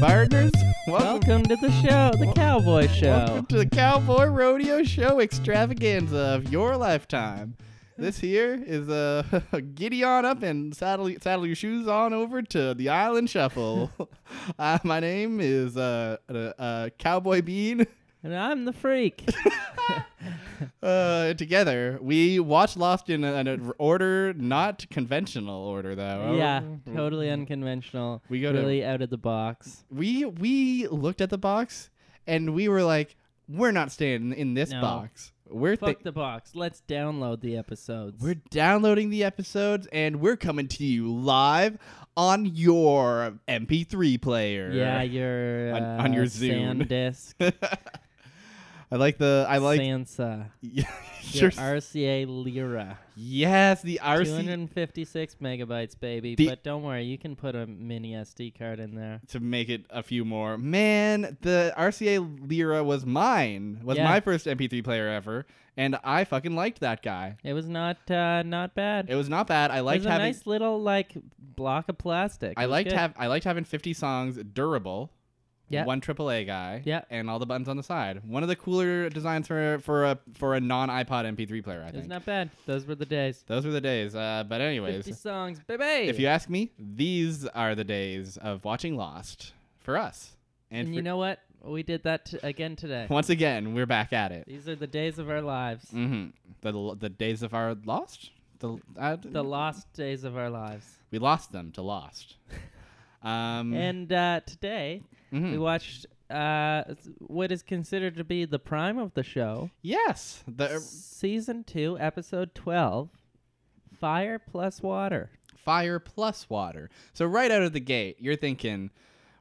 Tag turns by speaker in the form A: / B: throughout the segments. A: Bartenders, welcome,
B: Welcome to the show, the Cowboy Show.
A: welcome to the Cowboy Rodeo Show extravaganza of your lifetime. This here is a giddy on up and saddle saddle your shoes on over to the Island Shuffle. uh, my name is uh, uh, uh, Cowboy Bean.
B: And I'm the freak.
A: Uh, together we watch Lost in an an order not conventional order though.
B: yeah, totally unconventional.
A: We go to-
B: really out of the box.
A: we we looked at the box and we were like, we're not staying in this
B: No.
A: box. We're thi-
B: Fuck the box. Let's download the episodes.
A: we're downloading the episodes and we're coming to you live on your MP3 player.
B: yeah, your
A: On-
B: uh,
A: on your Zune.
B: SanDisk,
A: I like the I like
B: Sansa,
A: your
B: your RCA Lyra,
A: yes the RC
B: 256 megabytes, baby.
A: The-
B: but don't worry, you can put a mini SD card in there.
A: to make it a few more. Man, the RCA Lyra was mine. Was
B: Yeah.
A: my first MP3 player ever, and I fucking liked that guy.
B: It was not uh, not bad.
A: It was not bad. I
B: it
A: liked
B: was a
A: having
B: nice little like block of plastic.
A: I
B: It was
A: liked
B: good.
A: have I liked having 50 songs durable.
B: Yeah.
A: One AAA guy.
B: Yeah.
A: And all the buttons on the side. One of the cooler designs for for a for a non iPod MP3 player. I
B: It was
A: think
B: not bad. Those were the days.
A: those were the days. Uh, but anyways,
B: 50 songs, baby.
A: if you ask me, these are the days of watching Lost for us. And,
B: and
A: for-
B: you know what? We did that t- again today.
A: once again, we're back at it.
B: These are the days of our lives.
A: hmm The the days of our Lost. The, uh,
B: The lost days of our lives.
A: we lost them to Lost. Um,
B: And uh, today,
A: mhm.
B: we watched uh, s- what is considered to be the prime of the show
A: yes, the
B: Season 2, Episode 12 Fire Plus Water.
A: fire plus water. So right out of the gate, you're thinking,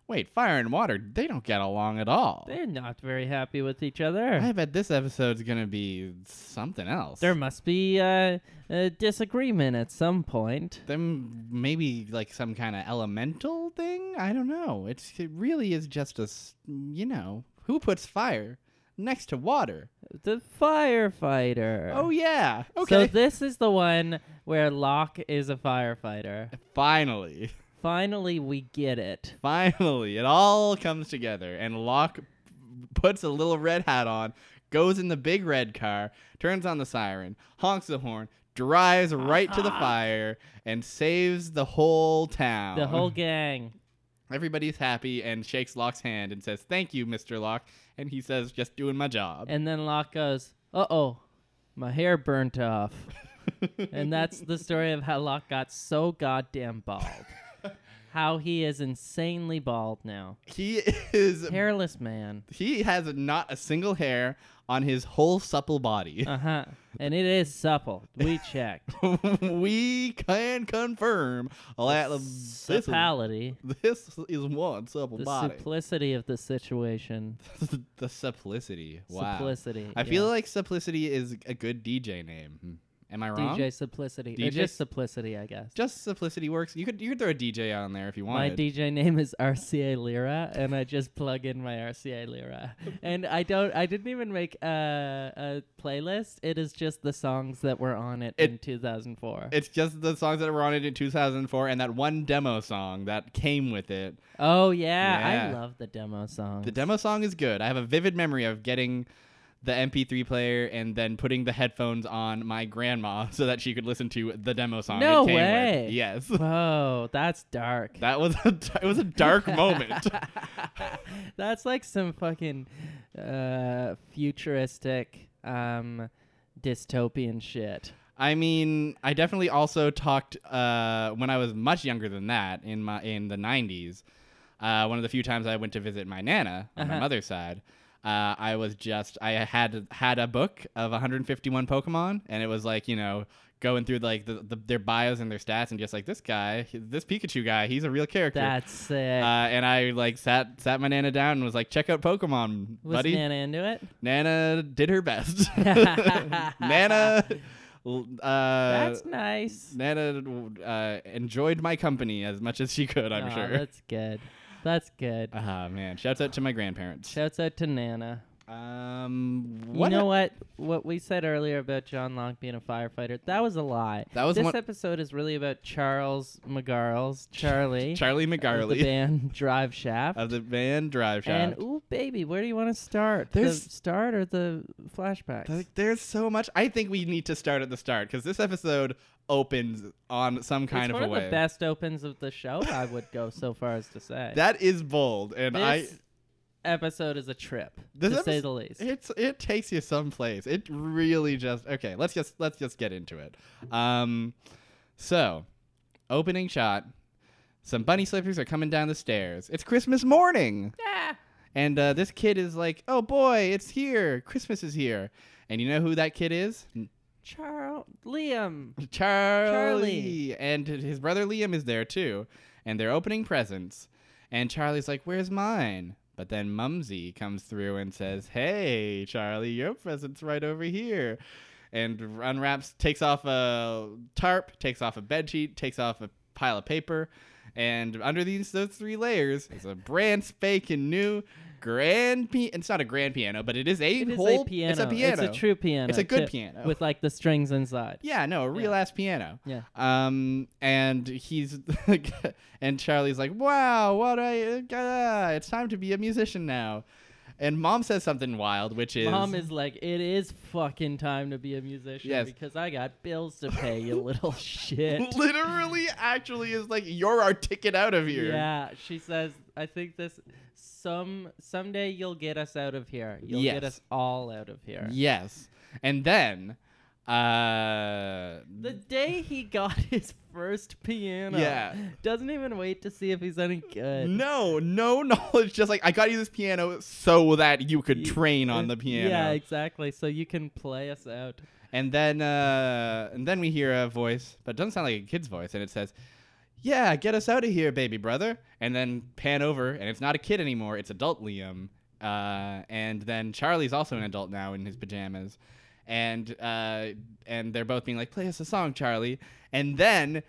A: wait, fire and water, they don't get along at all.
B: They're not very happy with each other.
A: I bet this episode's gonna be something else.
B: there must be uh, a disagreement at some point.
A: them maybe like some kind of elemental thing. I don't know. It's it really is just a s- you know who puts fire next to water.
B: The firefighter.
A: Oh yeah.
B: So
A: Okay.
B: this is the one where Locke is a firefighter.
A: finally,
B: Finally, we get it.
A: finally, it all comes together, and Locke puts a little red hat on, goes in the big red car, turns on the siren, honks the horn, drives right
B: Uh-huh.
A: to the fire, and saves the whole town.
B: The whole gang.
A: Everybody's happy and shakes Locke's hand and says, Thank you, Mr. Locke. And he says, Just doing my job.
B: And then Locke goes, "Uh oh, my hair burnt off." and that's the story of how Locke got so goddamn bald. How he is insanely bald now.
A: He is.
B: Hairless man.
A: He has not a single hair on his whole supple body.
B: Uh huh. And it is supple. We checked.
A: we can confirm that this is,
B: Supality.
A: this is one supple
B: The
A: body.
B: simplicity of the situation.
A: the simplicity. Wow.
B: Simplicity.
A: I feel
B: yeah.
A: like simplicity is a good DJ name. Hmm. Am I wrong?
B: DJ Simplicity. Or
A: DJ
B: just Simplicity, I guess.
A: Just simplicity works. You could you could throw a DJ on there if you
B: My
A: wanted.
B: DJ name is RCA Lyra, and I just plug in my RCA Lyra, and I don't. I didn't even make a, a playlist. It is just the songs that were on it, in 2004.
A: It's just the songs that were on it in 2004 and that one demo song that came with it.
B: oh yeah, I
A: Yeah.
B: love the demo song.
A: The demo song is good. I have a vivid memory of getting the MP3 player and then putting the headphones on my grandma so that she could listen to the demo song.
B: No
A: it came
B: way.
A: With. Yes.
B: Whoa, that's dark.
A: That was a, it was a dark moment.
B: that's like some fucking uh, futuristic, um, dystopian shit.
A: I mean, I definitely also talked uh, when I was much younger than that in my in the '90s. Uh, one of the few times I went to visit my nana on my
B: Uh-huh.
A: mother's side, uh, I was just I had had a book of 151 Pokemon, and it was like you know going through like the, the, their bios and their stats, and just like this guy, this Pikachu guy, he's a real character.
B: That's sick.
A: uh, and I like sat sat my nana down and was like, check out Pokemon,
B: Was
A: buddy.
B: Nana into it?
A: Nana did her best. Nana, l- uh,
B: That's nice.
A: Nana uh, enjoyed my company as much as she could. I'm
B: Aw,
A: sure. Uh,
B: That's good. That's good.
A: Ah man, shouts out to my grandparents.
B: Shouts out to Nana.
A: Um, what?
B: You know what? What we said earlier about John Locke being a firefighter, that was a lie.
A: That was
B: this
A: one-
B: episode is really about Charles McGarles, Charlie,
A: Charlie
B: of the
A: McGarley
B: band Drive Shaft.
A: of the band Drive
B: and
A: Shaft.
B: ooh, baby, where do you want to start?
A: There's-
B: the start or the flashbacks?
A: Th- There's so much. I think we need to start at the start because this episode opens on some kind
B: it's
A: of
B: one
A: a
B: of
A: way.
B: the best opens of the show. I would go so far as to say
A: That is bold, and
B: this
A: I
B: episode is a trip,
A: This
B: to say
A: episode-
B: the least.
A: it's it takes you someplace. It really just okay. Let's just let's just get into it. Um, so opening shot. Some bunny slippers are coming down the stairs. It's Christmas morning.
B: Ah.
A: And uh, this kid is like, oh boy, it's here. Christmas is here. And you know who that kid is?
B: Charles, Liam,
A: Charlie. And his brother Liam is there too. And they're opening presents. And Charlie's like, Where's mine? But then Mumsy comes through and says, Hey, Charlie, your present's right over here. And unwraps, takes off a tarp, takes off a bedsheet, takes off a pile of paper. And under these those three layers is a brand spanking new grand piano. It's not a grand piano, but it is a
B: It is
A: whole
B: a piano.
A: It's a piano.
B: It's a true piano.
A: It's a good
B: too,
A: piano.
B: with like the strings inside.
A: Yeah, no, a real
B: Yeah.
A: ass piano.
B: Yeah.
A: Um, and he's and Charlie's like, "Wow, what I ah, it's time to be a musician now." And mom says something wild, which is,
B: Mom is like, it is fucking time to be a musician
A: Yes.
B: because I got bills to pay, you little shit.
A: literally actually is like, "You're our ticket out of here."
B: Yeah, she says, I think this some someday you'll get us out of here. You'll
A: Yes.
B: get us all out of here.
A: Yes. And then uh
B: The day he got his first piano,
A: Yeah.
B: doesn't even wait to see if he's any good.
A: no, no knowledge. Just like I got you this piano so that you could
B: Y-
A: train on
B: Uh,
A: the piano.
B: Yeah, exactly. So you can play us out.
A: And then uh, and then we hear a voice, but it doesn't sound like a kid's voice, and it says, "Yeah, get us out of here, baby brother." And then pan over, and it's not a kid anymore; it's adult Liam. Uh, and then Charlie's also an adult now in his pajamas, and uh, and they're both being like, "Play us a song, Charlie." And then.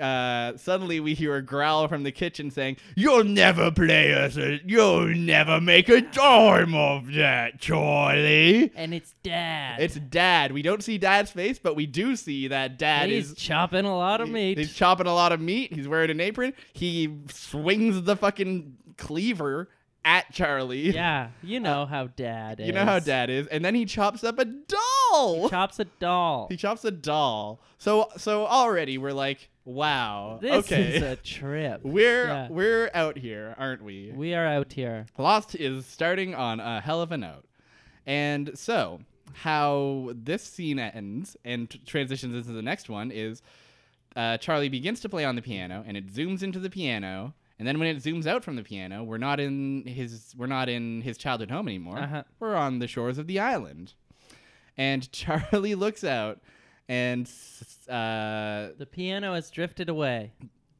A: Uh, suddenly we hear a growl from the kitchen saying, "You'll never play us. A, you'll never make a dime of that, Charlie."
B: And it's dad.
A: It's dad. We don't see dad's face, but we do see that dad
B: he's
A: is
B: chopping a lot of meat.
A: He's chopping a lot of meat. He's wearing an apron. He swings the fucking cleaver at Charlie.
B: yeah, you know how dad
A: Uh,
B: is.
A: You know how dad is. And then he chops up a doll.
B: chops a doll.
A: He chops a doll. So so already we're like, wow.
B: This
A: okay.
B: is a trip.
A: we're
B: yeah.
A: we're out here, aren't we?
B: We are out here.
A: Lost is starting on a hell of a note. And so, how this scene ends and t- transitions into the next one is uh, Charlie begins to play on the piano, and it zooms into the piano. And then when it zooms out from the piano, we're not in his we're not in his childhood home anymore.
B: Uh-huh.
A: We're on the shores of the island. And Charlie looks out, and s- uh,
B: The piano has drifted away.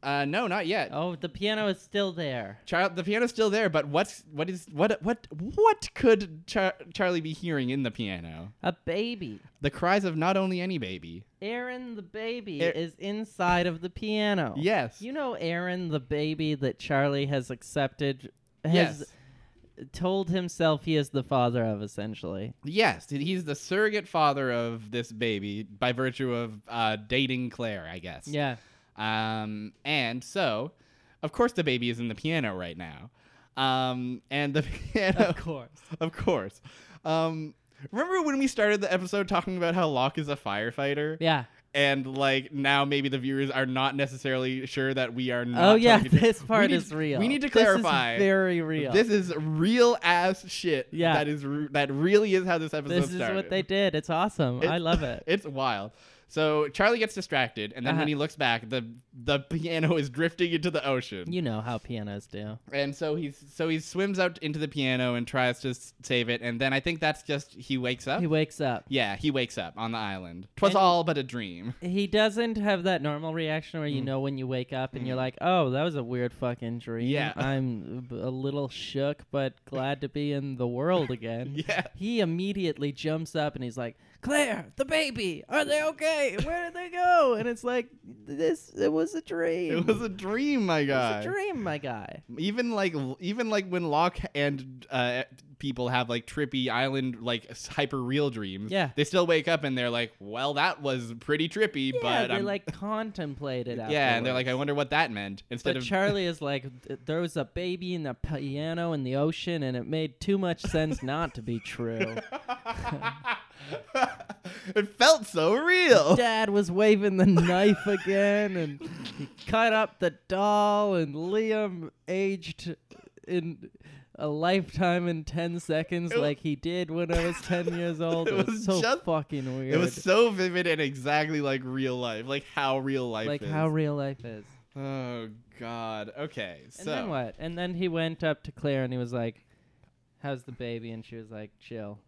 A: uh, no, not yet.
B: Oh, the piano is still there.
A: Char- the piano's still there, but what's what is what what what could Char- Charlie be hearing in the piano?
B: A baby.
A: The cries of not only any baby.
B: Aaron the baby
A: Aar-
B: is inside of the piano.
A: Yes.
B: You know Aaron the baby that Charlie has accepted has
A: yes.
B: told himself he is the father of essentially.
A: Yes. He's the surrogate father of this baby by virtue of uh, dating Claire, I guess.
B: Yeah.
A: Um, and so, of course, the baby is in the piano right now. Um, and the piano,
B: Of course.
A: of course. Um, remember when we started the episode talking about how Locke is a firefighter?
B: Yeah.
A: and like now maybe the viewers are not necessarily sure that we are not
B: Oh yeah,
A: talking to-
B: this part
A: need-
B: is real.
A: we need to
B: This is
A: clarify.
B: very real.
A: this is real ass shit
B: Yeah.
A: that is re- that really is how this episode
B: This is
A: started
B: what they did. It's awesome. I
A: It-
B: love it.
A: it's wild so charlie gets distracted and then
B: Uh-huh.
A: when he looks back the the piano is drifting into the ocean
B: You know how pianos do.
A: and so he's so he swims out into the piano and tries to s- save it and then i think that's just he wakes up
B: He wakes up.
A: yeah he wakes up on the island 'Twas
B: And-
A: all but a dream
B: He doesn't have that normal reaction
A: Mm.
B: where you know when you wake up and you're like, "Oh, that was a weird fucking dream."
A: Yeah.
B: I'm b- a little shook, but glad to be in the world again.
A: yeah
B: He immediately jumps up and he's like, "Claire, the baby, are they okay? Where did they go?" And it's like, "This, it was a dream.
A: it was a dream my
B: It
A: guy
B: was a dream, my guy."
A: Even like even like when Locke and uh, people have like trippy island like hyper real dreams.
B: Yeah.
A: They still wake up and they're like, well, that was pretty trippy,
B: yeah,
A: but
B: they
A: I'm,
B: like contemplate it.
A: yeah, and they're like,
B: afterwards.
A: I wonder what that meant. Instead
B: But
A: of
B: Charlie is like, "Th- there was a baby and a piano in the ocean, and it made too much sense not to be true.
A: it felt so real.
B: Dad was waving the knife again, and he cut up the doll, and Liam aged in a lifetime in 10 seconds
A: It wa-
B: like he did when I was 10 years old.
A: It
B: It, was,
A: was
B: so
A: just-
B: fucking weird.
A: It was so vivid and exactly like real life, like how real life
B: like
A: is.
B: how real life is.
A: oh God. Okay.
B: And
A: So
B: then what? And then he went up to Claire and he was like, How's the baby? And she was like, Chill.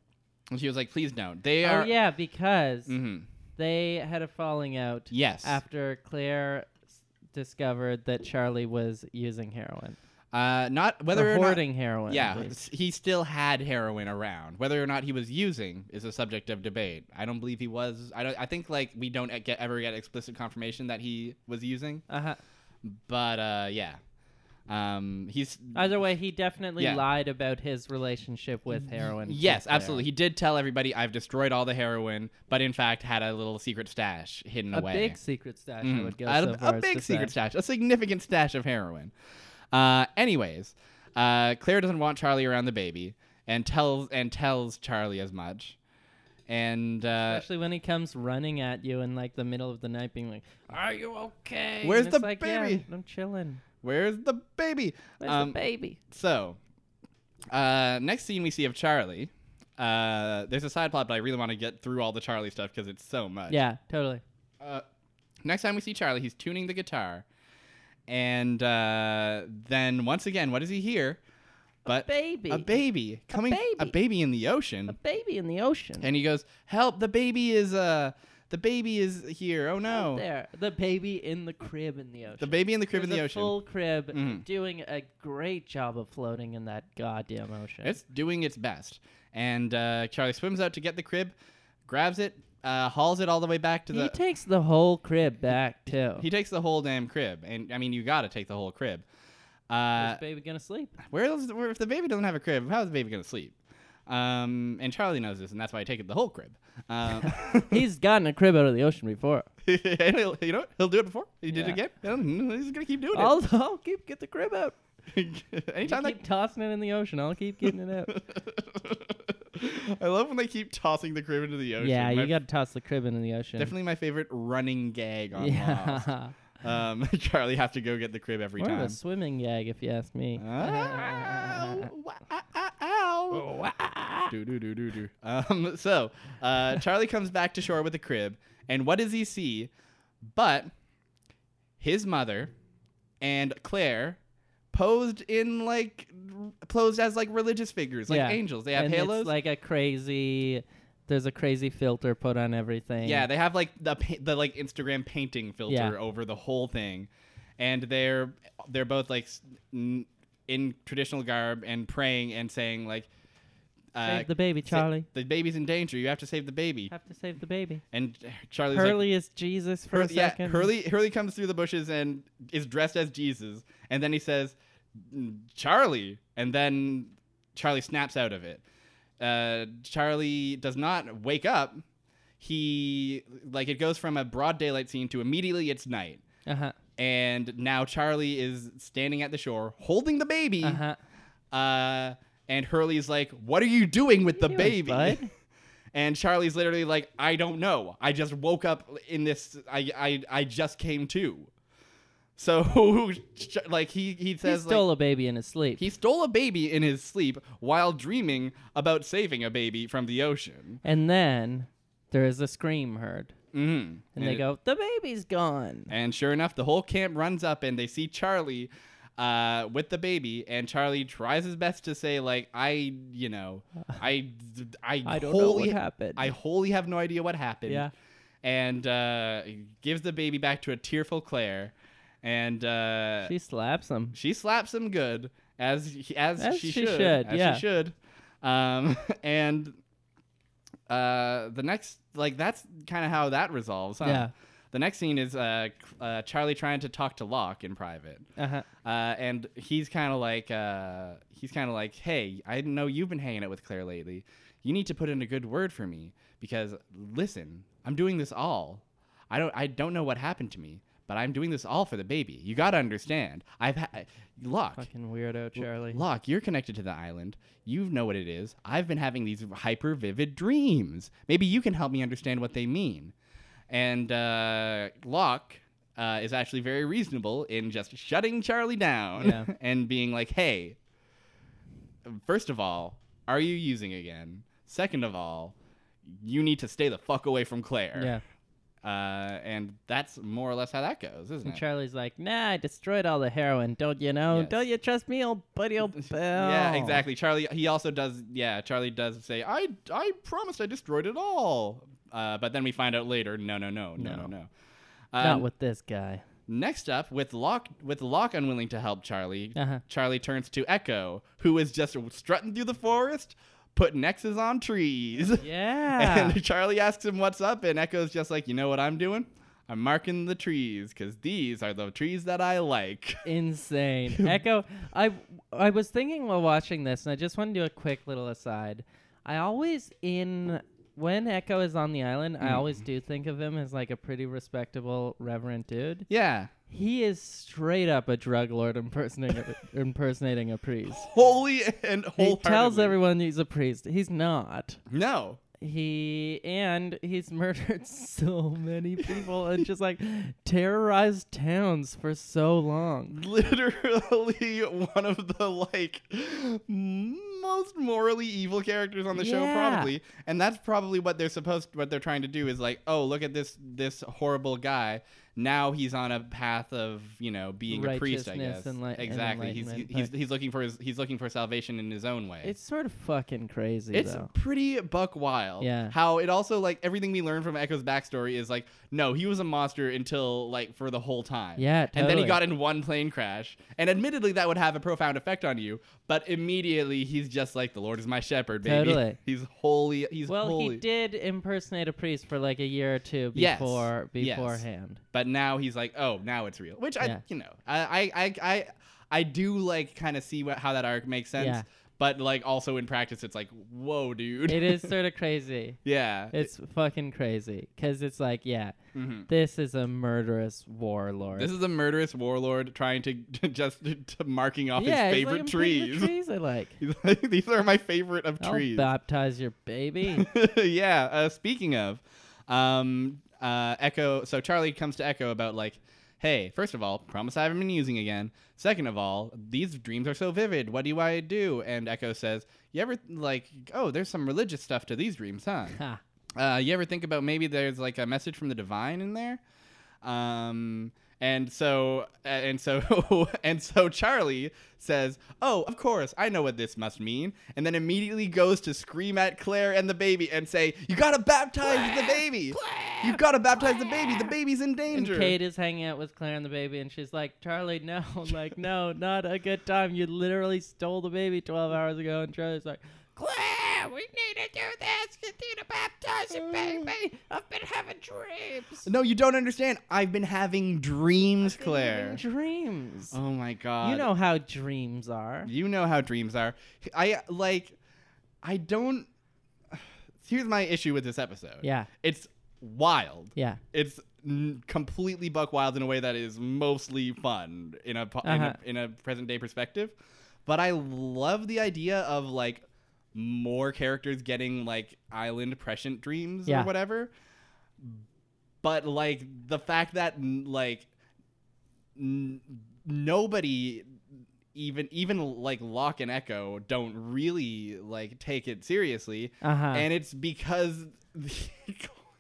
A: And she was like, "Please don't." They
B: Oh,
A: are.
B: yeah, because
A: Mhm.
B: they had a falling out
A: Yes.
B: after Claire s- discovered that Charlie was using heroin.
A: uh, not
B: Whether
A: whether or not.
B: hoarding heroin. I
A: Yeah,
B: believe.
A: s- he still had heroin around. Whether or not he was using is a subject of debate. I don't believe he was. I don't. I think like we don't e- get ever get explicit confirmation that he was using.
B: Uh-huh.
A: But uh, yeah, um, he's
B: Either way, he definitely
A: Yeah.
B: lied about his relationship with heroin. to
A: Yes,
B: Claire.
A: absolutely. He did tell everybody I've destroyed all the heroin, but in fact had a little secret stash hidden
B: A
A: away.
B: big secret stash. I
A: Mhm.
B: would go
A: a,
B: so
A: a
B: far as
A: big
B: to
A: secret
B: say.
A: stash, a significant stash of heroin. Uh, anyways, uh, Claire doesn't want Charlie around the baby, and tells and tells Charlie as much. And uh,
B: Especially when he comes running at you in like the middle of the night, being like, "Are you okay?"
A: Where's
B: And it's
A: the
B: like, "Yeah,
A: baby?"
B: I'm chilling.
A: where's the baby?
B: Where's
A: Um,
B: the baby?
A: So, uh, next scene we see of Charlie. Uh, there's a side plot, but I really want to get through all the Charlie stuff because it's so much.
B: Yeah, totally.
A: Uh, next time we see Charlie, he's tuning the guitar. And uh, then once again, what does he hear? But
B: Baby.
A: a baby coming, a
B: baby.
A: baby in the ocean.
B: A baby in the ocean.
A: And he goes, "Help! The baby is uh, the baby is here! Oh
B: Out
A: no!
B: There. The baby in the crib in the ocean.
A: The baby in the crib
B: There's
A: in the
B: a
A: ocean.
B: Full crib,
A: Mhm.
B: doing a great job of floating in that goddamn ocean.
A: It's doing its best." And uh, Charlie swims out to get the crib, grabs it, uh, hauls it all the way back to
B: he
A: the.
B: takes the whole crib back too.
A: he takes the whole damn crib, and I mean, you got to take the whole crib. Uh,
B: Is baby gonna sleep?
A: Where else? Where, if the baby doesn't have a crib, how is the baby gonna sleep? Um, and Charlie knows this, and that's why I take it the whole crib. Um,
B: He's gotten a crib out of the ocean before.
A: and he'll, you know, what? he'll do it before he did it
B: Yeah.
A: again. He'll- He's gonna keep doing
B: I'll, I'll keep get the crib out.
A: it.
B: You
A: Anytime
B: keep tossing it in the ocean. I'll keep getting it out.
A: that. I love when they keep tossing the crib into the ocean.
B: yeah,
A: My-
B: you gotta toss the crib into the ocean.
A: Definitely my favorite running gag on Lost.
B: Yeah.
A: Um, Charlie have to go get the crib every
B: More of
A: time.
B: a swimming gag, if you ask me.
A: Ow, wa- ah, ah,
B: Oh,
A: ow. Do, do, do, do, do. Um, so uh, Charlie comes back to shore with a crib, and what does he see? But his mother and Claire posed in like posed as like religious figures, like
B: Yeah.
A: angels. They have
B: and
A: halos.
B: It's like a crazy. There's a crazy filter put on everything.
A: yeah, they have like the pa- the like Instagram painting filter
B: Yeah.
A: over the whole thing, and they're they're both like s- n- in traditional garb and praying and saying like, uh,
B: save the baby,
A: sa-
B: Charlie.
A: the baby's in danger. You have to save the baby."
B: Have to save the baby.
A: And Charlie's like,
B: Hurley is Jesus for
A: Hur-
B: a
A: yeah,
B: second.
A: Hurley Hurley comes through the bushes and is dressed as Jesus, and then he says, "Mm, "Charlie," and then Charlie snaps out of it. Uh, Charlie does not wake up. He like it goes from a broad daylight scene to immediately it's night,
B: Uh-huh.
A: and now Charlie is standing at the shore holding the baby.
B: Uh-huh.
A: Uh, and Hurley's like, "What are you doing with the
B: you doing,
A: baby?"
B: bud?
A: and Charlie's literally like, "I don't know. I just woke up in this. I I, I just came to." So, like he he
B: He
A: says,
B: stole
A: like,
B: a baby in his sleep.
A: he stole a baby in his sleep while dreaming about saving a baby from the ocean.
B: and then there is a scream heard.
A: Mm.
B: And they go, the baby's gone.
A: And sure enough, the whole camp runs up and they see Charlie uh, with the baby. And Charlie tries his best to say, like, I, you know, I, I,
B: Uh, I don't know
A: wholly,
B: what happened.
A: I wholly have no idea what happened.
B: Yeah.
A: And uh, gives the baby back to a tearful Claire. And uh,
B: she slaps him.
A: she slaps him good as he- as,
B: As
A: she,
B: she
A: should,
B: should,
A: as
B: yeah.
A: she should. Um, and uh, the next like that's kind of how that resolves. Huh?
B: Yeah.
A: The next scene is uh, uh, Charlie trying to talk to Locke in private.
B: Uh-huh.
A: Uh, and he's kind of like, uh, he's kind of like, hey, I know you've been hanging out with Claire lately. You need to put in a good word for me because listen, I'm doing this all. I don't, I don't know what happened to me, but I'm doing this all for the baby. You gotta understand. I've ha- Locke.
B: Fucking weirdo, Charlie.
A: Locke, you're connected to the island. You know what it is. I've been having these hyper vivid dreams. Maybe you can help me understand what they mean. And uh, Locke uh, is actually very reasonable in just shutting Charlie down
B: Yeah.
A: and being like, hey, first of all, are you using again? Second of all, you need to stay the fuck away from Claire.
B: yeah.
A: Uh, and that's more or less how that goes, isn't
B: And
A: it?
B: Charlie's like, nah, I destroyed all the heroin. Don't you know?
A: Yes.
B: Don't you trust me, old buddy, old Bill? Oh.
A: Yeah, exactly. Charlie. He also does. Yeah, Charlie does say, "I I promised I destroyed it all," uh, but then we find out later, no, no, no, no, no,
B: No.
A: no.
B: Not
A: Um,
B: with this guy.
A: next up, with Locke, with Locke unwilling to help Charlie,
B: Uh-huh.
A: Charlie turns to Echo, who is just strutting through the forest, putting X's on trees.
B: Yeah.
A: And Charlie asks him what's up, and Echo's just like, "You know what I'm doing? I'm marking the trees because these are the trees that I like."
B: Insane. Echo, I I was thinking while watching this, and I just want to do a quick little aside. I always in when Echo is on the island, I always do think of him as like a pretty respectable reverend dude.
A: yeah.
B: He is straight up a drug lord impersonating a, impersonating a priest.
A: Holy and
B: He
A: wholeheartedly.
B: tells everyone he's a priest. He's not.
A: No.
B: He and he's murdered so many people and just like terrorized towns for so long.
A: literally one of the like most morally evil characters on the show
B: Yeah.
A: probably and that's probably what they're supposed what they're trying to do is like oh look at this this horrible guy now he's on a path of you know being a priest i
B: Righteousness
A: guess
B: and li- and
A: exactly he's
B: enlightenment,
A: he's
B: like-
A: he's looking for his he's looking for salvation in his own way
B: It's sort of fucking crazy
A: it's
B: though.
A: pretty buck wild.
B: Yeah.
A: How it also like everything we learned from Echo's backstory is like, no, he was a monster until like for the whole time.
B: Yeah,
A: And then he
B: totally.
A: got in one plane crash. And admittedly that would have a profound effect on you, but immediately he's just like, The Lord is my shepherd, baby.
B: Totally.
A: He's holy he's
B: Well,
A: holy.
B: he did impersonate a priest for like a year or two
A: Yes.
B: before
A: Yes.
B: beforehand.
A: But now he's like, Oh, now it's real. Which I
B: Yeah.
A: you know, I I I I, I do like kind of see what, how that arc makes sense.
B: Yeah.
A: But like also in practice it's like, whoa, dude.
B: it is sort of crazy.
A: yeah.
B: It's fucking crazy because it's like, yeah,
A: Mhm.
B: this is a murderous warlord.
A: This is a murderous warlord trying to, to just to marking off
B: yeah,
A: his
B: it's like,
A: favorite
B: I'm Oh, picking the
A: trees.
B: trees I like.
A: He's like, These are my favorite of
B: I'll
A: trees.
B: baptize your baby.
A: yeah. Uh, speaking of, um, uh, Echo. So Charlie comes to Echo about like, hey, first of all, promise I haven't been using again. Second of all, these dreams are so vivid. What do I do? And Echo says, you ever like, oh, there's some religious stuff to these dreams, huh?
B: ha.
A: Uh, you ever think about maybe there's like a message from the divine in there? Um, and so and so and so Charlie says, "Oh, of course, I know what this must mean." And then immediately goes to scream at Claire and the baby and say, "You gotta baptize the baby! you gotta baptize the baby! The baby's in
B: And
A: danger!"
B: Kate is hanging out with Claire and the baby, and she's like, Charlie, no, like, no, not a good time. You literally stole the baby 12 hours ago. And Charlie's like, Claire, we need to do this. You need to baptize the baby. I've been having dreams.
A: no, you don't understand. I've been having dreams, Claire.
B: Dreams.
A: oh my god!
B: you know how dreams are.
A: You know how dreams are. I like I don't Here's my issue with this episode.
B: Yeah.
A: It's wild.
B: Yeah.
A: It's n- completely buck wild in a way that is mostly fun in a, po- in
B: Uh-huh.
A: a in a present day perspective. But I love the idea of like more characters getting like island prescient dreams
B: Yeah.
A: or whatever. But like the fact that n- like n- nobody even even like Locke and Echo don't really like take it seriously
B: Uh huh.
A: and it's because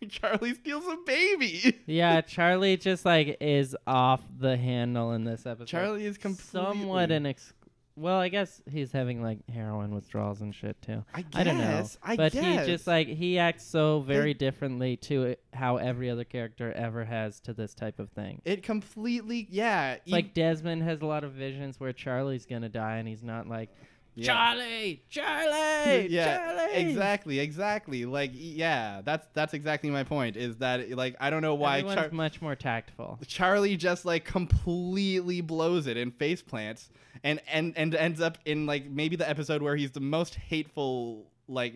A: Charlie steals a baby.
B: yeah, Charlie just like is off the handle in this episode.
A: Charlie is completely
B: somewhat an ex. Well, I guess he's having like heroin withdrawals and shit too.
A: I
B: I don't know.
A: guess, I
B: but
A: guess.
B: he just like he acts so very differently to it, how every other character ever has to this type of thing.
A: It completely yeah.
B: It's like Desmond has a lot of visions where Charlie's gonna die, and he's not like,
A: Yeah.
B: Charlie, Charlie,
A: yeah,
B: Charlie.
A: exactly, exactly. Like, yeah, that's that's exactly my point. Is that like I don't know why
B: Everyone's
A: Char-
B: much more tactful.
A: Charlie just like completely blows it and face plants and, and and ends up in like maybe the episode where he's the most hateful like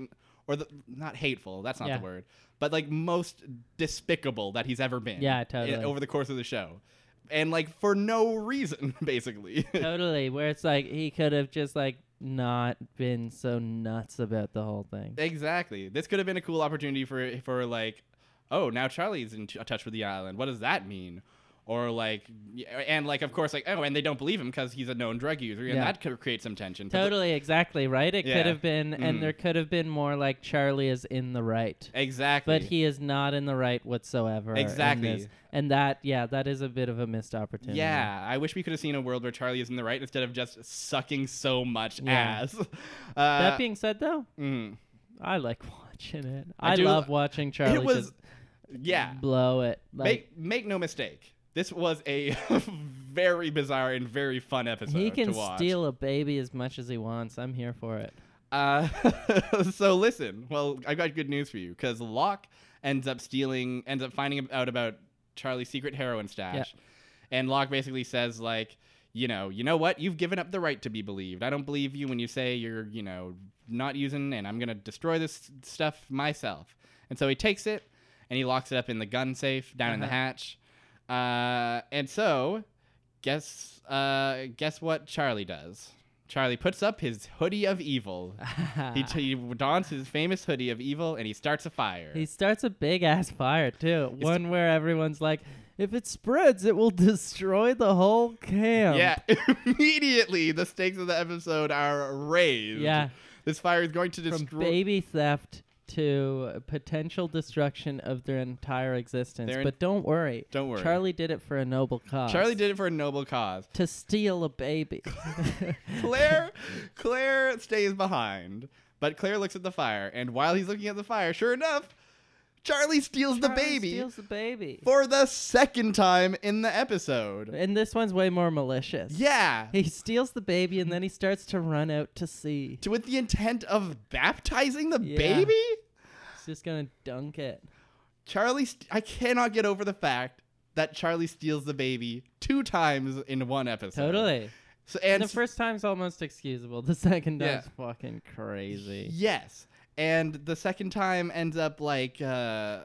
A: or the not hateful that's not
B: Yeah.
A: the word but like most despicable that he's ever been
B: Yeah,
A: i-
B: totally.
A: over the course of the show and like for no reason basically
B: totally, where it's like he could have just like not been so nuts about the whole thing.
A: exactly this could have been a cool opportunity for for like oh now Charlie's in t- touch with the island what does that mean or like y- and like of course like oh and they don't believe him because he's a known drug user and
B: Yeah.
A: that could create some tension But the-
B: Totally, exactly, right? It
A: Yeah.
B: could have been,
A: Mm.
B: and there could have been more like Charlie is in the right.
A: Exactly.
B: But he is not in the right whatsoever. in
A: Exactly.
B: this. And that, yeah, that is a bit of a missed opportunity.
A: Yeah, I wish we could have seen a world where Charlie is in the right instead of just sucking so much
B: Yeah.
A: ass. Uh,
B: that being said, though,
A: mm,
B: I like watching it.
A: I
B: I,
A: do-
B: love watching Charlie
A: it was,
B: just
A: yeah.
B: blow it. Like,
A: make make no mistake, this was a very bizarre and very fun episode.
B: he
A: to
B: can
A: watch.
B: steal a baby as much as he wants. I'm here for it.
A: Uh, so listen, well, I've got good news for you because Locke ends up stealing, ends up finding out about Charlie's secret heroin stash, and Locke basically says like, you know, you know what, you've given up the right to be believed. I don't believe you when you say you're, you know, not using, and I'm gonna destroy this stuff myself. And so he takes it and he locks it up in the gun safe down in the
B: Uh-huh.
A: hatch. Uh, and so, guess, uh, guess what Charlie does. Charlie puts up his hoodie of evil he, t- he dons his famous hoodie of evil and he starts a fire.
B: He starts a big ass fire too.
A: It's-
B: One where everyone's like, if it spreads, it will destroy the whole camp.
A: yeah, immediately the stakes of the episode are raised.
B: Yeah.
A: This fire is going to
B: From
A: destroy
B: baby theft to potential destruction of their entire existence.
A: Their en-
B: but don't worry.
A: Don't worry.
B: Charlie did it for a noble cause.
A: Charlie did it for a noble cause.
B: to steal a baby.
A: Claire Claire stays behind, but Claire looks at the fire and while he's looking at the fire, sure enough, Charlie steals the
B: Charlie
A: baby
B: steals the baby.
A: for the second time in the episode.
B: And this one's way more malicious.
A: Yeah.
B: He steals the baby and then he starts to run out to sea.
A: To- With the intent of baptizing the
B: Yeah.
A: baby?
B: He's just gonna dunk it.
A: Charlie, st- I cannot get over the fact that Charlie steals the baby two times in one episode.
B: Totally.
A: So, and
B: the first time's almost excusable. The second
A: Yeah.
B: time's fucking crazy.
A: yes, and the second time ends up like uh,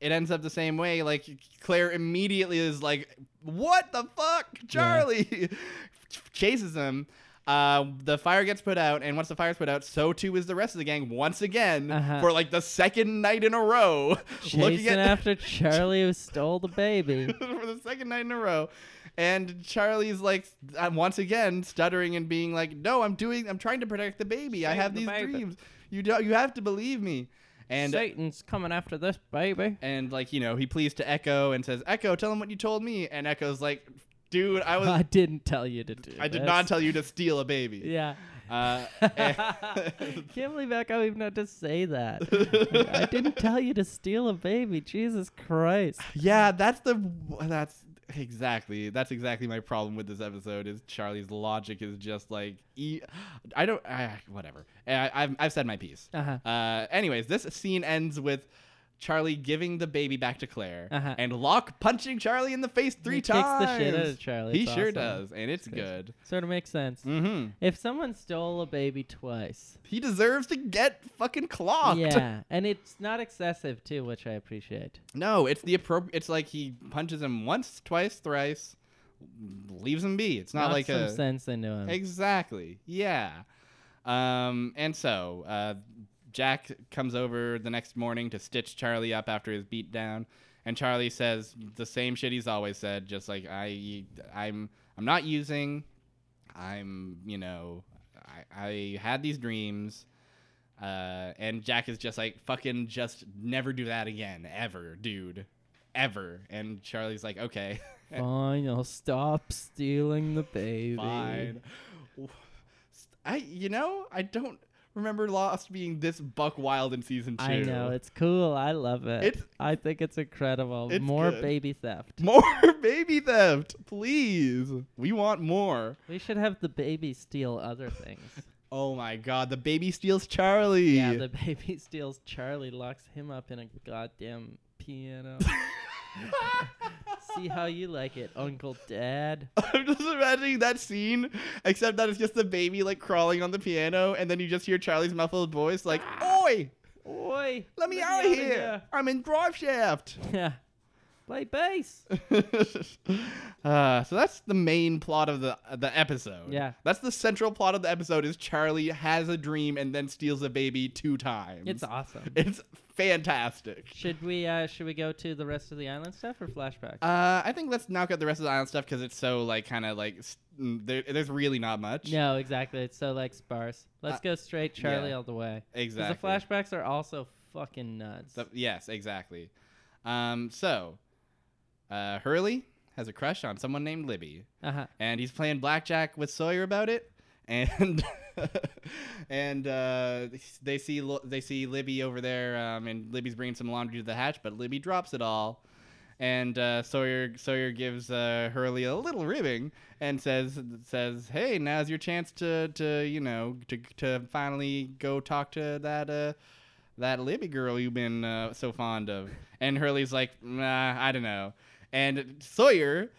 A: it ends up the same way. Like Claire immediately is like, "What the fuck, Charlie?" Chases him. Uh, the fire gets put out, and once the fire's put out, so too is the rest of the gang once again
B: Uh-huh.
A: for like the second night in a row.
B: Chasing after Charlie who stole the baby.
A: for the second night in a row. And Charlie's like uh, once again stuttering and being like, "No, I'm doing. I'm trying to protect the baby. I
B: Save
A: have
B: the
A: these
B: baby."
A: dreams. You don't. You have to believe me." And uh,
B: Satan's coming after this baby.
A: and like you know, he pleads to Echo and says, "Echo, tell him what you told me." And Echo's like, "Dude, I was.
B: I didn't tell you to do
A: I did not
B: this.
A: tell you to steal a baby."
B: Yeah.
A: Uh, and-
B: Can't believe Echo even had to say that. Like, I didn't tell you to steal a baby. Jesus Christ.
A: Yeah, that's the that's exactly that's exactly my problem with this episode is Charlie's logic is just like e- I don't I, whatever. I, I've I've said my piece.
B: Uh-huh.
A: Uh, anyways, this scene ends with. Charlie giving the baby back to Claire
B: Uh-huh.
A: and Locke punching Charlie in the face three
B: He kicks
A: times.
B: the shit out of Charlie.
A: He
B: It's
A: sure
B: awesome.
A: does, and it's
B: crazy.
A: good.
B: Sort of makes sense.
A: hmm
B: If someone stole a baby twice,
A: He deserves to get fucking clocked.
B: yeah, and it's not excessive too, which I appreciate.
A: No, it's the appropriate. It's like he punches him once, twice, thrice, leaves him be. It's not
B: Knock
A: like
B: some
A: a
B: sense into him.
A: Exactly. Yeah. Um, and so uh, Jack comes over the next morning to stitch Charlie up after his beatdown, and Charlie says the same shit he's always said, just like I, I'm, I'm not using. I'm, you know, I, I had these dreams. Uh, and Jack is just like fucking just never do that again ever dude ever and Charlie's like okay
B: Fine, I'll stop stealing the baby.
A: Fine. I, you know, I don't remember Lost being this buck wild in season two.
B: I know it's cool. I love it.
A: It's-
B: I think it's incredible.
A: It's
B: More
A: good.
B: baby theft.
A: more baby theft, please. We want more.
B: We should have the baby steal other things.
A: Oh my god, the baby steals Charlie.
B: Yeah, the baby steals Charlie, locks him up in a goddamn piano. See how you like it, Uncle Dad.
A: I'm just imagining that scene, except that it's just the baby like crawling on the piano, and then you just hear Charlie's muffled voice like, "Oi,
B: Oi,
A: let me out of here! I'm in drive shaft."
B: here. Yeah, play bass.
A: uh, so that's the main plot of the uh, the episode.
B: Yeah.
A: that's the central plot of the episode is Charlie has a dream and then steals a baby two times.
B: It's awesome.
A: it's fantastic.
B: Should we uh, should we go to the rest of the island stuff or flashbacks?
A: Uh, I think let's knock out the rest of the island stuff because it's so like kind of like s- mm, there, there's really not much.
B: no, exactly. It's so like sparse. Let's
A: Uh,
B: go straight Charlie
A: yeah.
B: all the way. 'Cause
A: exactly.
B: The flashbacks are also fucking nuts.
A: So- yes, exactly. Um, so uh, Hurley has a crush on someone named Libby,
B: uh-huh.
A: and he's playing blackjack with Sawyer about it, and and uh, they see Lo- they see Libby over there, um, and Libby's bringing some laundry to the hatch, but Libby drops it all. And uh, Sawyer Sawyer gives uh, Hurley a little ribbing and says says Hey, now's your chance to, to you know to, to finally go talk to that uh, that Libby girl you've been uh, so fond of. And Hurley's like Nah, I don't know. And Sawyer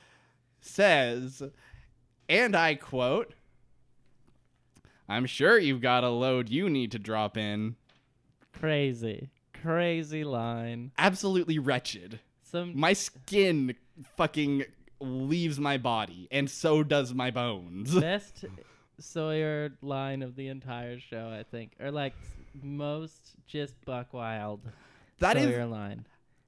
A: says, and I quote, I'm sure you've got a load you need to drop in.
B: Crazy, crazy line.
A: Absolutely wretched.
B: Some
A: My skin fucking leaves my body, and so does my bones.
B: best Sawyer line of the entire show, I think, or like most just buck wild
A: That is,
B: Sawyer line.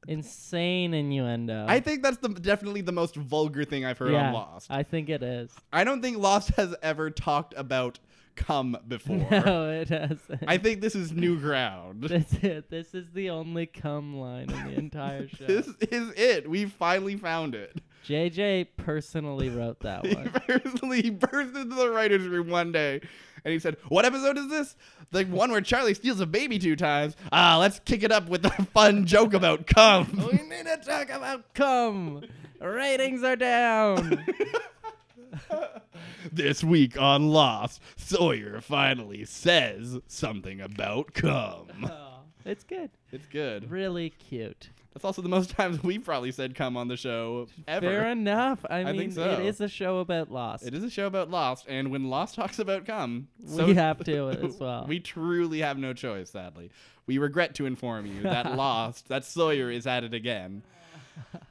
B: Insane innuendo.
A: I think that's the definitely the most vulgar thing I've heard
B: yeah,
A: on Lost.
B: I think it is.
A: I don't think Lost has ever talked about cum before.
B: No, it hasn't.
A: I think this is new ground.
B: That's it. This is the only cum line in the entire show.
A: This is it. We finally found it.
B: JJ personally wrote that
A: He
B: one.
A: personally he burst into the writer's room one day and he said, What episode is this? The one where Charlie steals a baby two times. Ah, let's kick it up with a fun joke about cum.
B: we need to talk about cum. Ratings are down.
A: this week on Lost, Sawyer finally says something about cum.
B: Oh, it's good.
A: It's good.
B: Really cute.
A: That's also the most times we've probably said cum on the show ever.
B: Fair enough. I,
A: I
B: mean,
A: think so.
B: it is a show about loss.
A: it is a show about Lost, and when Lost talks about cum,
B: We
A: so-
B: have to as well.
A: We truly have no choice, sadly. We regret to inform you that Lost, that Sawyer is at it again.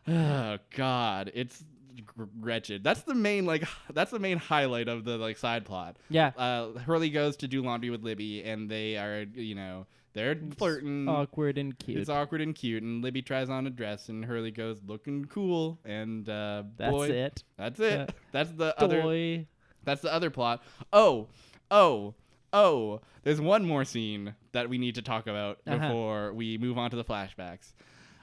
A: Oh God, it's gr- wretched. That's the main like that's the main highlight of the like side plot.
B: yeah.
A: Uh, Hurley goes to do laundry with Libby, and they are you know they're flirting.
B: Awkward and cute.
A: um, It's awkward and cute, and Libby tries on a dress, and Hurley goes looking cool, and uh,
B: That's
A: boy,
B: it.
A: That's it.
B: Yeah.
A: that's the other.
B: Doy.
A: That's the other plot. Oh, oh, oh. There's one more scene that we need to talk about
B: Uh-huh.
A: before we move on to the flashbacks.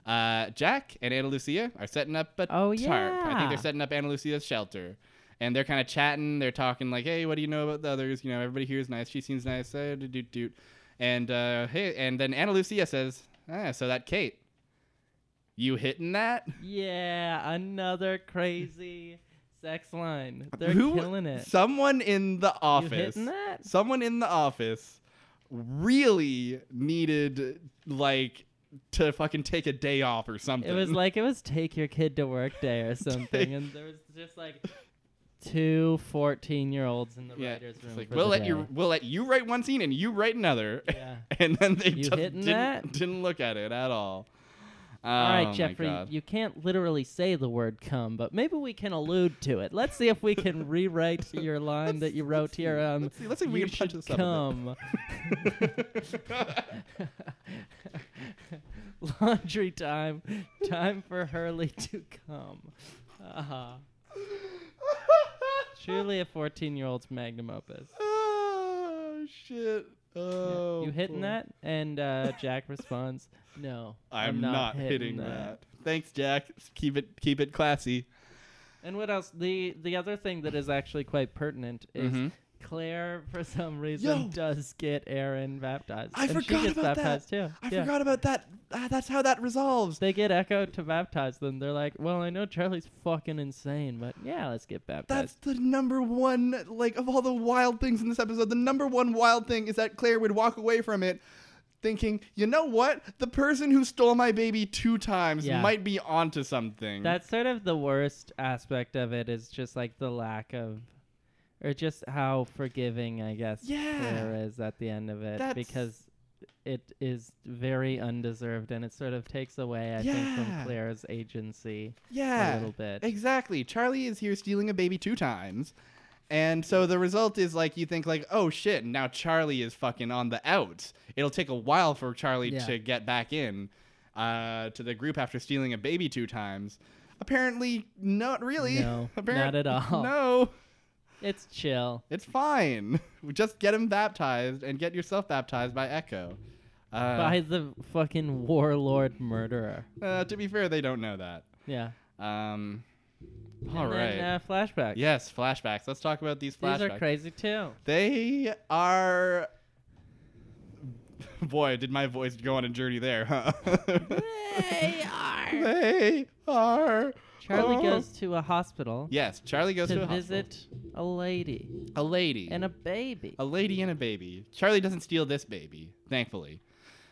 A: Uh, Jack and Anna Lucia are setting up a
B: Oh,
A: tarp. I think
B: yeah.
A: they're setting up Anna Lucia's shelter. And they're kind of chatting. They're talking like, "Hey, what do you know about the others? You know, everybody here is nice. She seems nice." Uh, doot, doot, doot. And uh, hey, and then Anna Lucia says, "Ah, so that Kate, you hitting that?"
B: Yeah, another crazy sex line. They're
A: Who-
B: killing it.
A: Someone in the
B: you
A: office.
B: hitting that?
A: someone in the office really needed like to fucking take a day off or something.
B: It was like it was take your kid to work day or something, and there was just like two 14 year olds in the
A: yeah,
B: writers
A: it's
B: room.
A: like
B: for
A: we'll
B: the
A: let
B: day.
A: you we'll let you write one scene and you write another,
B: Yeah.
A: and then they
B: You
A: just
B: hitting
A: didn't,
B: that?
A: didn't look at it at all.
B: All
A: Oh
B: right,
A: my
B: Jeffrey,
A: God.
B: you can't literally say the word "cum," but maybe we can allude to it. Let's see if we can rewrite your line that you wrote here. Um,
A: let's see, let's see if we
B: you
A: can punch
B: should
A: this up. a
B: cum.
A: bit.
B: Laundry time. Time for Hurley to come. Uh, truly a 14 year old's magnum opus.
A: oh shit! Oh,
B: you hitting
A: boy.
B: that? And uh, Jack responds, No.
A: I'm, not, hitting, that. Thanks, Jack. Keep it keep it classy.
B: And what else? The the other thing that is actually quite pertinent is
A: Mhm.
B: Claire, for some reason,
A: Yo.
B: does get Aaron baptized.
A: I
B: and
A: forgot
B: she gets
A: about that.
B: baptized too.
A: I
B: yeah.
A: forgot about that. Ah, that's how that resolves.
B: They get Echo to baptize them. They're like, well, I know Charlie's fucking insane, but yeah, let's get
A: That's
B: baptized.
A: the number one, like, of all the wild things in this episode. The number one wild thing is that Claire would walk away from it thinking, you know what? The person who stole my baby two times
B: Yeah.
A: might be onto something.
B: That's sort of the worst aspect of it is just like the lack of, or just how forgiving I guess
A: Yeah.
B: Claire is at the end of it
A: That's-
B: because it is very undeserved and it sort of takes away I think
A: Yeah.
B: from Claire's agency a
A: yeah.
B: little bit.
A: Exactly. Charlie is here stealing a baby two times. And so the result is like you think like, oh shit, now Charlie is fucking on the outs. It'll take a while for Charlie
B: Yeah.
A: to get back in uh, to the group after stealing a baby two times. Apparently not really.
B: No,
A: Apparent-
B: not at all.
A: No.
B: It's chill.
A: It's fine. Just get him baptized and get yourself baptized by Echo. Uh,
B: By the fucking warlord murderer.
A: uh, to be fair, they don't know that.
B: Yeah.
A: Um, all
B: and
A: right.
B: Then, uh, flashback.
A: yes, flashbacks. Let's talk about these flashbacks.
B: These are crazy too.
A: They are. Boy, did my voice go on a journey there, huh?
B: They are.
A: they are.
B: Charlie
A: Oh.
B: goes to a hospital
A: Yes, Charlie goes to,
B: to
A: a
B: visit a lady
A: hospital. a lady
B: and a baby.
A: a lady and a baby. Charlie doesn't steal this baby, thankfully.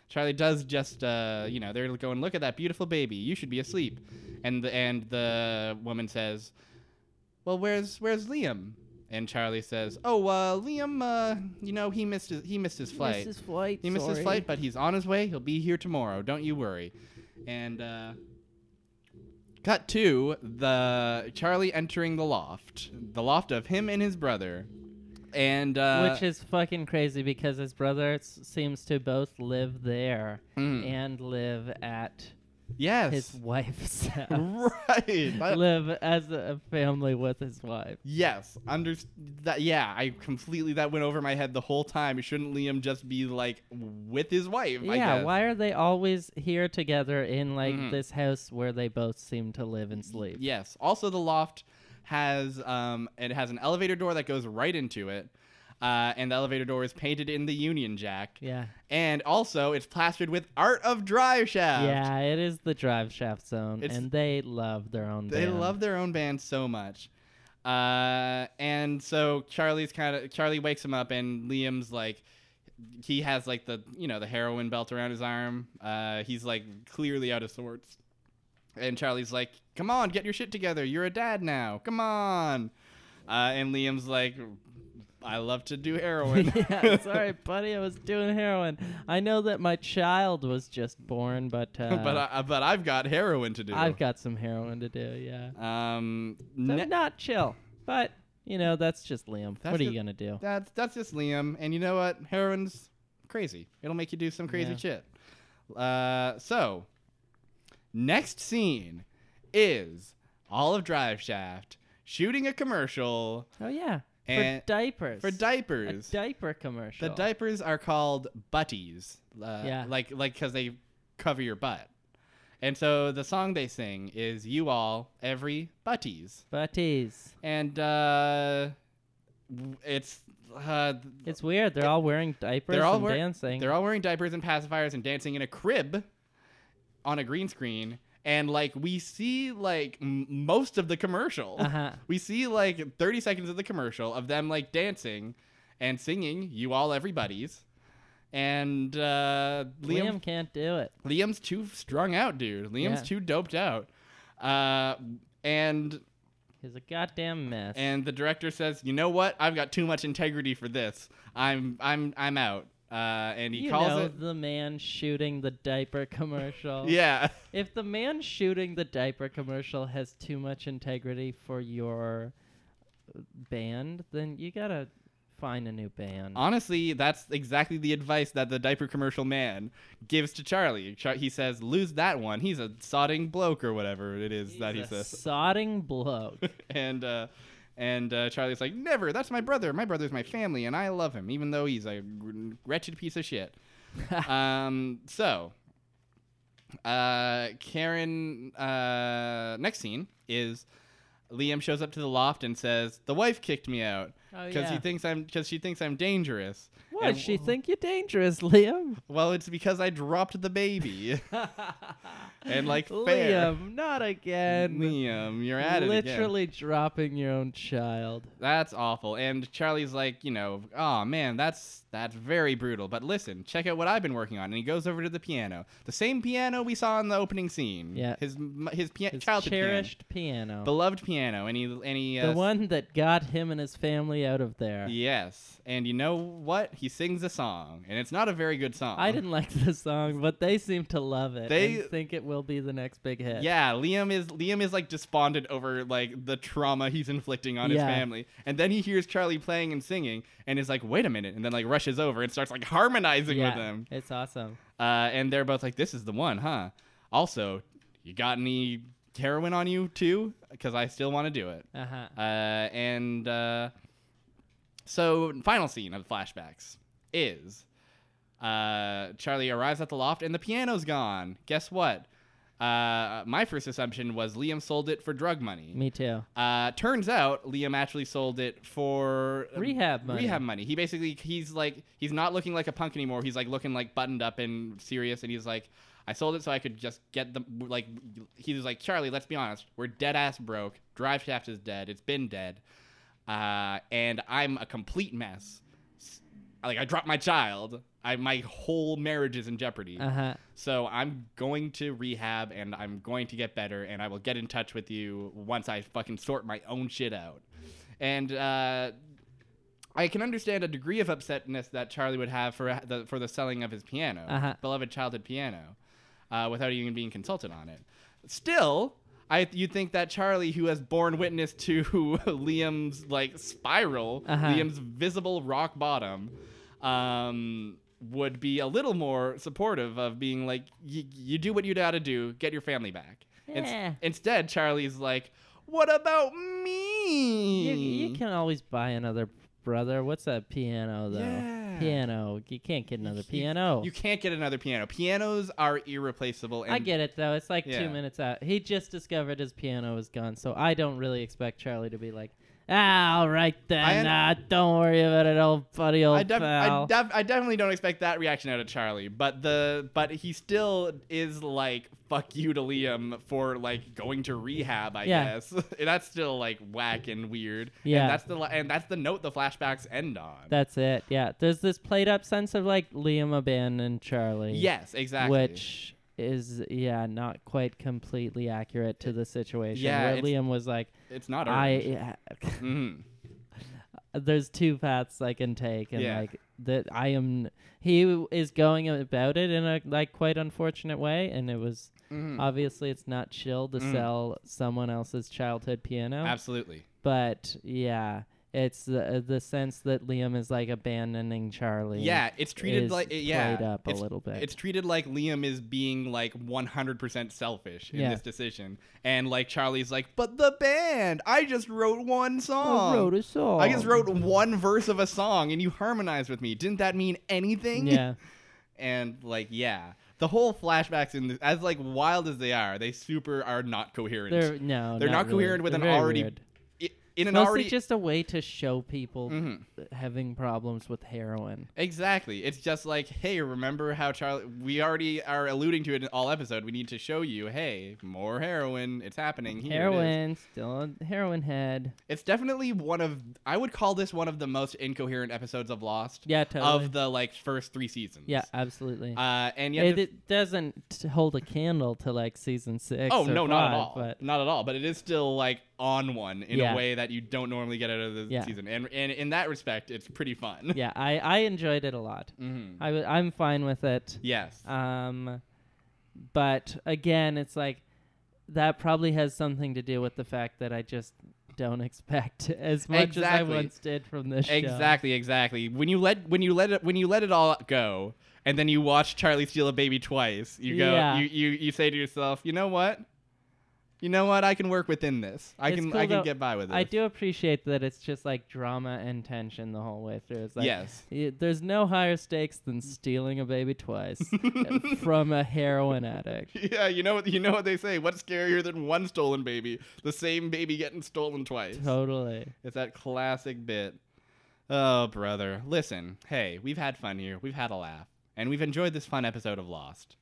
A: Charlie does just, uh, you know, they're going, look at that beautiful baby. You should be asleep. And the, and the woman says, well, where's where's Liam? And Charlie says, oh, uh, Liam, uh, you know, he missed his, he missed his flight.
B: Missed his flight.
A: He missed his
B: sorry.
A: flight, but he's on his way. He'll be here tomorrow. Don't you worry. And uh, cut to the Charlie entering the loft, the loft of him and his brother, and uh,
B: Which is fucking crazy because his brother s- seems to both live there
A: Mm.
B: and live at
A: yes,
B: his wife's house.
A: right. I-
B: live as a family with his wife.
A: yes, under that. Yeah, I completely that went over my head the whole time. Shouldn't Liam just be like with his wife? I
B: yeah,
A: guess.
B: why are they always here together in like
A: Mhm.
B: this house where they both seem to live and sleep?
A: Yes. Also, the loft has um, it has an elevator door that goes right into it, uh, and the elevator door is painted in the Union Jack.
B: Yeah.
A: And also, it's plastered with art of drive shaft.
B: Yeah, it is the drive shaft zone,
A: It's-
B: and they love their own.
A: They
B: band.
A: love their own band so much. Uh, and so Charlie's kind of Charlie wakes him up, and Liam's like, he has like the you know the heroin belt around his arm. Uh, he's like clearly out of sorts. And Charlie's like, "Come on, get your shit together. You're a dad now. Come on." Uh, and Liam's like, "I love to do heroin."
B: yeah, sorry, buddy. I was doing heroin. I know that my child was just born, but uh,
A: but I, but I've got heroin to do.
B: I've got some heroin to do. Yeah,
A: um,
B: so
A: ne-
B: not chill, but you know that's just Liam.
A: That's
B: what are
A: the-
B: you gonna do?
A: That's that's just Liam, and you know what? Heroin's crazy. It'll make you do some crazy
B: Yeah.
A: shit. Uh, so next scene is Olive Drive Shaft shooting a commercial
B: Oh yeah,
A: And-
B: for diapers.
A: for
B: a
A: diapers.
B: diaper commercial.
A: the diapers are called butties. Uh,
B: Yeah.
A: Like like because they cover your butt. And so the song they sing is "You All Every Butties,"
B: butties.
A: and uh, w- it's uh,
B: It's weird. They're all wearing diapers
A: all
B: and
A: wear-
B: dancing.
A: They're all wearing diapers and pacifiers and dancing in a crib on a green screen. And like we see like m- most of the commercial.
B: Uh-huh.
A: We see like 30 seconds of the commercial of them like dancing and singing "You All Everybody's." And uh, Liam,
B: Liam can't do it.
A: Liam's too strung out, dude. Liam's
B: Yeah.
A: too doped out. Uh, and
B: He's a goddamn mess.
A: and the director says, "You know what? I've got too much integrity for this. I'm I'm I'm out." Uh, and he
B: you
A: calls
B: know
A: it
B: the man shooting the diaper commercial.
A: Yeah.
B: If the man shooting the diaper commercial has too much integrity for your band, then you gotta find a new band.
A: Honestly, that's exactly the advice that the diaper commercial man gives to Charlie. Char- he says, "Lose that one. He's a sodding bloke or whatever it is that he
B: He's a
A: says."
B: sodding bloke.
A: and uh, and uh, Charlie's like, "Never. That's my brother. My brother's my family, and I love him, even though he's a wretched piece of shit." um, so, uh, Karen. Uh, next scene is Liam shows up to the loft and says, "The wife kicked me out
B: Oh
A: because
B: yeah.
A: he thinks I'm because she thinks I'm dangerous."
B: what?
A: and-
B: She think you're dangerous, Liam.
A: Well, it's because I dropped the baby. And, like, fair.
B: Liam, not again.
A: Liam, you're at it again.
B: Literally dropping your own child.
A: That's awful. And Charlie's like, you know, oh man, that's that's very brutal. But listen, check out what I've been working on. And he goes over to the piano, the same piano we saw in the opening scene.
B: Yeah.
A: his m- his pia-
B: His
A: childhood
B: cherished piano.
A: piano, beloved piano, and he and he uh,
B: the one that got him and his family out of there.
A: Yes, and you know what? He sings a song, and it's not a very good song.
B: I didn't like the song, but they seem to love it.
A: They-
B: and think it will be the next big hit.
A: Yeah, Liam is Liam is like despondent over like the trauma he's inflicting on his
B: Yeah.
A: family, and then he hears Charlie playing and singing, and is like, "Wait a minute!" and then like rushes over and starts like harmonizing
B: Yeah,
A: with him,
B: It's awesome.
A: uh, and they're both like, "This is the one, huh?" Also, you got any heroin on you too? Because I still want to do it.
B: Uh huh.
A: Uh, and uh, so, final scene of the flashbacks is uh, Charlie arrives at the loft and the piano's gone. Guess what? Uh, my first assumption was Liam sold it for drug money.
B: Me too.
A: Uh, turns out Liam actually sold it for uh,
B: Rehab money.
A: Rehab money. He basically he's like he's not looking like a punk anymore. He's like looking like buttoned up and serious, and he's like, I sold it so I could just get the like. He was like, Charlie, let's be honest, we're dead ass broke. Drive Shaft is dead. It's been dead, uh, and I'm a complete mess. S- Like I dropped my child. I my whole marriage is in jeopardy.
B: Uh huh.
A: So I'm going to rehab and I'm going to get better and I will get in touch with you once I fucking sort my own shit out. And uh, I can understand a degree of upsetness that Charlie would have for the for the selling of his piano,
B: Uh-huh.
A: beloved childhood piano, uh, without even being consulted on it. Still. I, you'd think that Charlie, who has borne witness to Liam's like spiral,
B: Uh-huh.
A: Liam's visible rock bottom, um, would be a little more supportive of being like, y- you do what you gotta do, get your family back. Ins-
B: Yeah.
A: instead, Charlie's like, what about me?
B: You, you can always buy another brother. What's that piano though?
A: Yeah.
B: Piano. You can't get another
A: Hmm. You-
B: piano.
A: You can't get another piano. Pianos are irreplaceable. And
B: I get it though. It's like
A: Yeah.
B: two minutes out. He just discovered his piano was gone, so I don't really expect Charlie to be like, "Ah, all right
A: I
B: then.
A: un-
B: ah, don't worry about it, old buddy, old
A: I, def- I,
B: pal."
A: def- I definitely don't expect that reaction out of Charlie, but the but he still is like fuck you to Liam for like going to rehab. I
B: Yeah.
A: guess that's still like whack and weird.
B: Yeah.
A: and that's the li- and that's the note the flashbacks end on.
B: That's it. Yeah. There's this played up sense of like Liam abandoned Charlie.
A: Yes, exactly.
B: Which is yeah, not quite completely accurate to the situation.
A: Yeah,
B: where
A: it's-
B: Liam was like,
A: it's not. orange.
B: I
A: Mhm.
B: there's two paths I can take, and
A: Yeah.
B: like that I am. He is going about it in a like quite unfortunate way, and it was
A: Mhm.
B: obviously it's not chill to
A: Mm.
B: sell someone else's childhood piano,
A: Absolutely.
B: but yeah, it's the the sense that Liam is like abandoning Charlie.
A: Yeah, it's treated
B: is
A: like it- yeah,
B: played up a
A: it's-
B: little bit.
A: It's treated like Liam is being like 100% selfish in
B: Yeah.
A: this decision, and like Charlie's like, but the band, I just wrote one song.
B: I wrote a song.
A: I just wrote one verse of a song, and you harmonized with me. Didn't that mean anything?
B: Yeah,
A: and like yeah, the whole flashbacks in this, as like wild as they are, they super are not coherent.
B: they're no,
A: They're not
B: really.
A: coherent with
B: They're
A: an
B: very
A: already-
B: weird.
A: I- in an
B: mostly
A: already
B: just a way to show people
A: Mhm.
B: having problems with heroin.
A: Exactly. It's just like, hey, remember how Charlie? We already are alluding to it in all episode. We need to show you, hey, more heroin. It's happening. Here it is.
B: heroin, still on heroin head.
A: It's definitely one of. I would call this one of the most incoherent episodes of Lost
B: Yeah, totally.
A: of the like first three seasons.
B: yeah, absolutely.
A: Uh, and yet,
B: it, it doesn't hold a candle to like season six.
A: oh
B: or
A: no, not at
B: five,
A: all.
B: But
A: Not at all. But it is still like on one in
B: Yeah.
A: a way that you don't normally get out of the
B: Yeah.
A: season. And and in that respect, it's pretty fun.
B: yeah, I I enjoyed it a lot.
A: hmm
B: I w- I'm fine with it.
A: Yes.
B: Um, but again, it's like that probably has something to do with the fact that I just don't expect as much as I
A: Exactly.
B: once did from this show.
A: Exactly, exactly. When you let when you let it when you let it all go, and then you watch Charlie steal a baby twice, you go
B: Yeah.
A: you, you you say to yourself, you know what? you know what? I can work within this. I
B: It's
A: can
B: cool
A: I can
B: though.
A: get by with this.
B: I do appreciate that it's just like drama and tension the whole way through. It's like
A: yes.
B: y- there's no higher stakes than stealing a baby twice from a heroin addict.
A: Yeah, you know what you know what they say. What's scarier than one stolen baby? The same baby getting stolen twice.
B: Totally.
A: It's that classic bit. Oh, brother. Listen, hey, we've had fun here. We've had a laugh. And we've enjoyed this fun episode of Lost.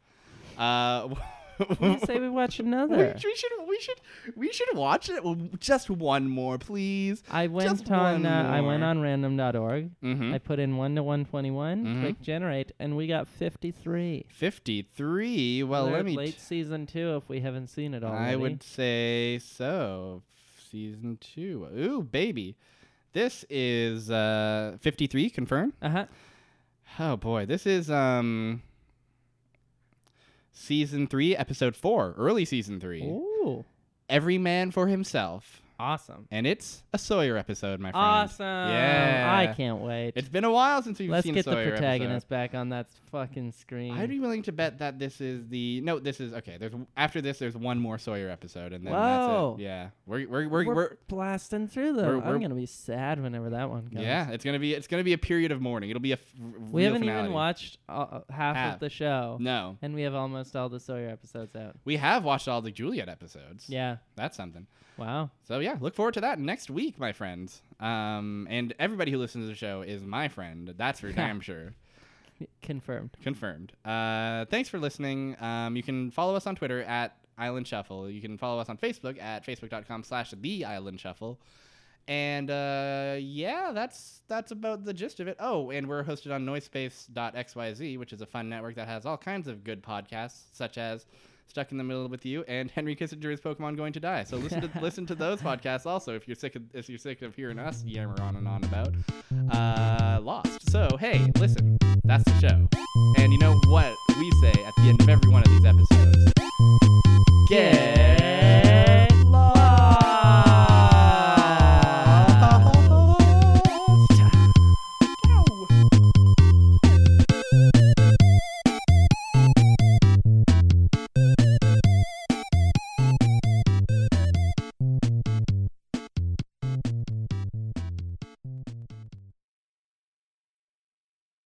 A: Uh
B: You say we watch
A: we,
B: another.
A: we should we should we should watch it just one more, please.
B: I went
A: Just
B: on
A: one
B: uh, I went
A: more.
B: on random.org.
A: Mm-hmm.
B: I put in 1 to 121,
A: Mhm.
B: click generate and we got 53.
A: 53. Well,
B: We're
A: let
B: at
A: me
B: late season 2 if we haven't seen it already.
A: I would say so. Season 2. Ooh, baby. This is uh 53 confirmed.
B: Uh-huh.
A: Oh boy, this is um season three, episode four, early season three.
B: Ooh.
A: Every man for himself,
B: Awesome.
A: and it's a Sawyer episode, my friend.
B: Awesome. I
A: Yeah.
B: can't wait.
A: It's been a while since we've
B: Let's
A: seen
B: get the
A: Sawyer
B: protagonist back on that fucking screen.
A: Episode. I'd be willing to bet that this is the no. This is okay. There's after this, there's one more Sawyer episode, and then
B: Whoa.
A: that's it. Yeah, we're we're we're,
B: we're,
A: we're
B: blasting through them.
A: we're-
B: I'm
A: we're-
B: gonna be sad whenever that one comes.
A: yeah. It's gonna be it's gonna be a period of mourning. It'll be a f-
B: we
A: real
B: haven't
A: finale.
B: even watched uh, half,
A: Half.
B: of the show,
A: No,
B: and we have almost all the Sawyer episodes out.
A: we have watched all the Juliet episodes.
B: Yeah.
A: that's something.
B: Wow.
A: So yeah, look forward to that next week, my friends. Um, and everybody who listens to the show is my friend. That's for damn sure.
B: Confirmed.
A: Confirmed. Uh, thanks for listening. Um, you can follow us on Twitter at Island Shuffle. You can follow us on Facebook at facebook.com slash the Island Shuffle. And uh, yeah, that's that's about the gist of it. Oh, and we're hosted on noisepace.xyz, which is a fun network that has all kinds of good podcasts, such as Stuck in the Middle with You and Henry Kissinger's Pokemon Going to Die. So listen to listen to those podcasts also if you're sick of if you're sick of hearing us yammer on and on about uh, Lost. So hey, listen, that's the show. And you know what we say at the end of every one of these episodes? Get